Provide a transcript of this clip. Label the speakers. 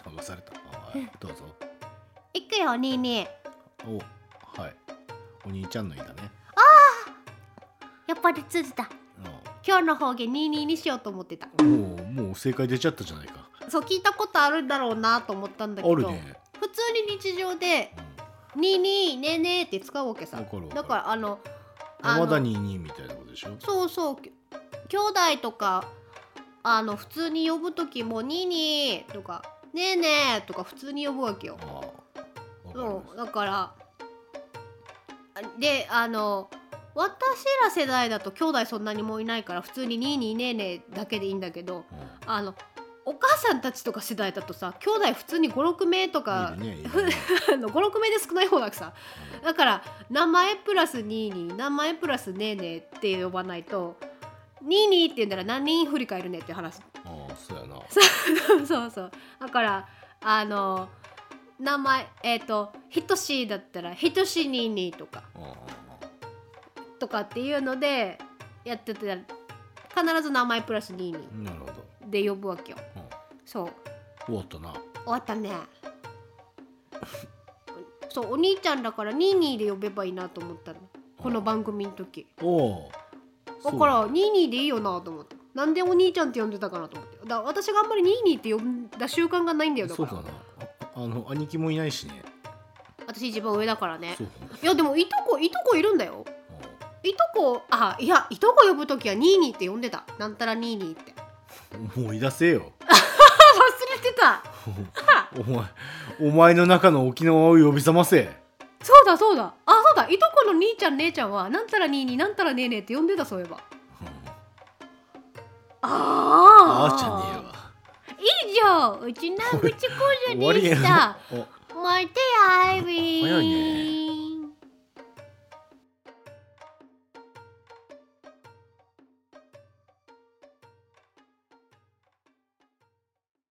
Speaker 1: はい、どうぞ。
Speaker 2: いくよおにいに
Speaker 1: お、はい。お兄ちゃんのいだね。
Speaker 2: やっぱり通じた
Speaker 1: あ
Speaker 2: 今日の方言ニーニーにしようと思ってた
Speaker 1: あもう、もう正解出ちゃったじゃないか。
Speaker 2: そう聞いたことあるんだろうなと思ったんだ
Speaker 1: あ
Speaker 2: けど
Speaker 1: るね。
Speaker 2: 普通に日常で
Speaker 1: う
Speaker 2: 「
Speaker 1: ん
Speaker 2: ニーニーねーねー」って使うわけさ
Speaker 1: わかるわかる
Speaker 2: だからあのあの
Speaker 1: 山田ににみたいなことでしょ。
Speaker 2: そうそうき兄弟とかあの普通に呼ぶ時も「ニーニー」とか「ねえねえ」とか普通に呼ぶわけよ
Speaker 1: ああ。わかりま
Speaker 2: そうだからあであの私ら世代だと兄弟そんなにもういないから普通に「ニーニーねえねえ」だけでいいんだけど
Speaker 1: す。うん
Speaker 2: あのお母さんたちとか世代だとさ兄弟普通に56名とか、
Speaker 1: いいね、いいね。
Speaker 2: あの56名で少ない方だからさだから名前プラス2に名前プラスねえねえって呼ばないと2にって言うんだら何人振り返るねって話
Speaker 1: ああ、そうやな。
Speaker 2: そうそうだからあの名前えっ、と「ひとし」だったら「ひとしにに」とか
Speaker 1: ああ
Speaker 2: とかっていうのでやってたら必ず名前プラス2に
Speaker 1: なるほど。
Speaker 2: で呼ぶわけよ
Speaker 1: うん
Speaker 2: そう
Speaker 1: 終わったな。
Speaker 2: 終わった ねそうお兄ちゃんだからニーニーで呼べばいいなと思ったのこの番組の時
Speaker 1: おお。
Speaker 2: だからニーニーでいいよなと思ってなんでお兄ちゃんって呼んでたかなと思ってだから私があんまりニーニーって呼んだ習慣がないんだよだ
Speaker 1: そ
Speaker 2: か
Speaker 1: う
Speaker 2: ら
Speaker 1: だな。ああの兄貴もいないしね。
Speaker 2: 私一番上だからね
Speaker 1: そうだ
Speaker 2: いやでもいとこいとこいるんだよ
Speaker 1: ね。
Speaker 2: いとこあいやいとこ呼ぶ時はニーニーって呼んでたなんたらニーニーって あ
Speaker 1: 思い出せよ。
Speaker 2: 忘れてた
Speaker 1: お前、お前の中の沖縄を呼び覚ませ。
Speaker 2: そうだそうだあそうだいとこの兄ちゃん姉ちゃんはなんたらニーニーなんたらねえねえって呼んでたそういえば
Speaker 1: うん
Speaker 2: あ
Speaker 1: あ
Speaker 2: あ
Speaker 1: ーちゃんねえわ。
Speaker 2: いいじゃんうちなうち工
Speaker 1: 終
Speaker 2: 場
Speaker 1: わ
Speaker 2: で
Speaker 1: りや
Speaker 2: した
Speaker 1: な。お
Speaker 2: 待てアイビー
Speaker 1: 早いね